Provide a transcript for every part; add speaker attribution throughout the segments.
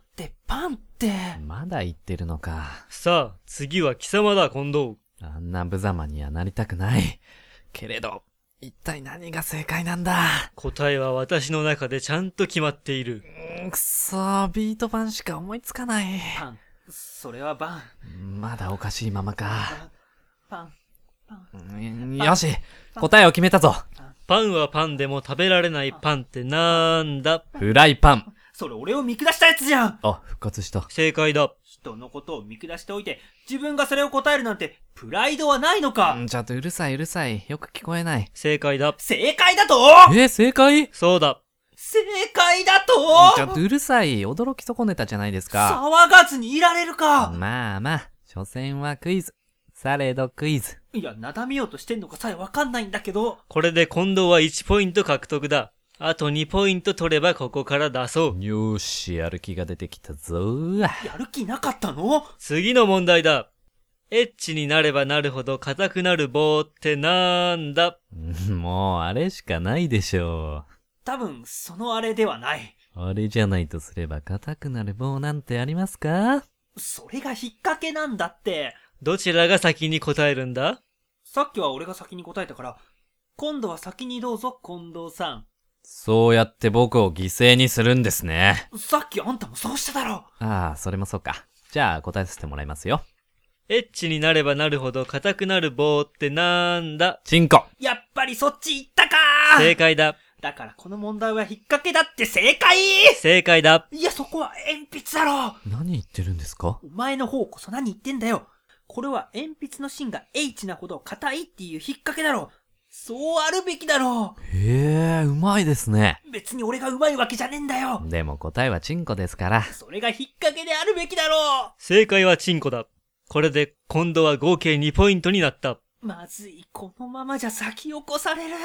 Speaker 1: って。
Speaker 2: まだ言ってるのか。
Speaker 3: さあ、次は貴様だ、近藤。
Speaker 2: あんな無様にはなりたくない。けれど、一体何が正解なんだ
Speaker 3: 答えは私の中でちゃんと決まっている。
Speaker 2: くそー、ビート版しか思いつかない。
Speaker 1: パン。それはバン。
Speaker 2: まだおかしいままか。
Speaker 1: パン。
Speaker 2: うんよし、答えを決めたぞ。
Speaker 3: パンはパンでも食べられないパンってなんだ
Speaker 2: フライパン。
Speaker 1: それ俺を見下したやつじゃん
Speaker 2: あ、復活した。
Speaker 3: 正解だ。
Speaker 1: 人のことを見下しておいて、自分がそれを答えるなんて、プライドはないのか、
Speaker 2: うんちょっとうるさいうるさい。よく聞こえない。
Speaker 3: 正解だ。
Speaker 1: 正解だと
Speaker 2: え、正解
Speaker 3: そうだ。
Speaker 1: 正解だと
Speaker 2: ちょっとうるさい。驚き損ねたじゃないですか。
Speaker 1: 騒がずにいられるか、
Speaker 2: まあまあ、所詮はクイズ。されどクイズ。
Speaker 1: いや、なだめようとしてんのかさえわかんないんだけど。
Speaker 3: これで近藤は1ポイント獲得だ。あと2ポイント取ればここから出そう。
Speaker 2: よーし、やる気が出てきたぞー。
Speaker 1: やる気なかったの
Speaker 3: 次の問題だ。エッチになればなるほど硬くなる棒ってなんだ
Speaker 2: うんもう、あれしかないでしょ
Speaker 1: 多分、そのあれではない。
Speaker 2: う。あれじゃないとすれば硬くなる棒なんてありますか
Speaker 1: それが引っ掛けなんだって。
Speaker 3: どちらが先に答えるんだ
Speaker 1: さっきは俺が先に答えたから、今度は先にどうぞ、近藤さん。
Speaker 2: そうやって僕を犠牲にするんですね。
Speaker 1: さっきあんたもそうしただろ
Speaker 2: ああ、それもそうか。じゃあ答えさせてもらいますよ。
Speaker 3: エッチになればなるほど硬くなる棒ってなんだ
Speaker 2: チンコ
Speaker 1: やっぱりそっち行ったか
Speaker 3: 正解だ。
Speaker 1: だからこの問題は引っ掛けだって正解
Speaker 3: 正解だ。
Speaker 1: いや、そこは鉛筆だろ
Speaker 2: 何言ってるんですか
Speaker 1: お前の方こそ何言ってんだよこれは鉛筆の芯が H なほど硬いっていう引っ掛けだろそうあるべきだろ
Speaker 2: へえ、うまいですね。
Speaker 1: 別に俺が上手いわけじゃねえんだよ
Speaker 2: でも答えはチンコですから。
Speaker 1: それが引っ掛けであるべきだろ
Speaker 3: 正解はチンコだ。これで今度は合計2ポイントになった。
Speaker 1: まずい、このままじゃ先を越される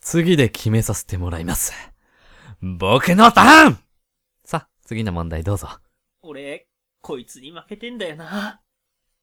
Speaker 2: 次で決めさせてもらいます。僕のターンさあ、次の問題どうぞ。
Speaker 1: 俺、こいつに負けてんだよな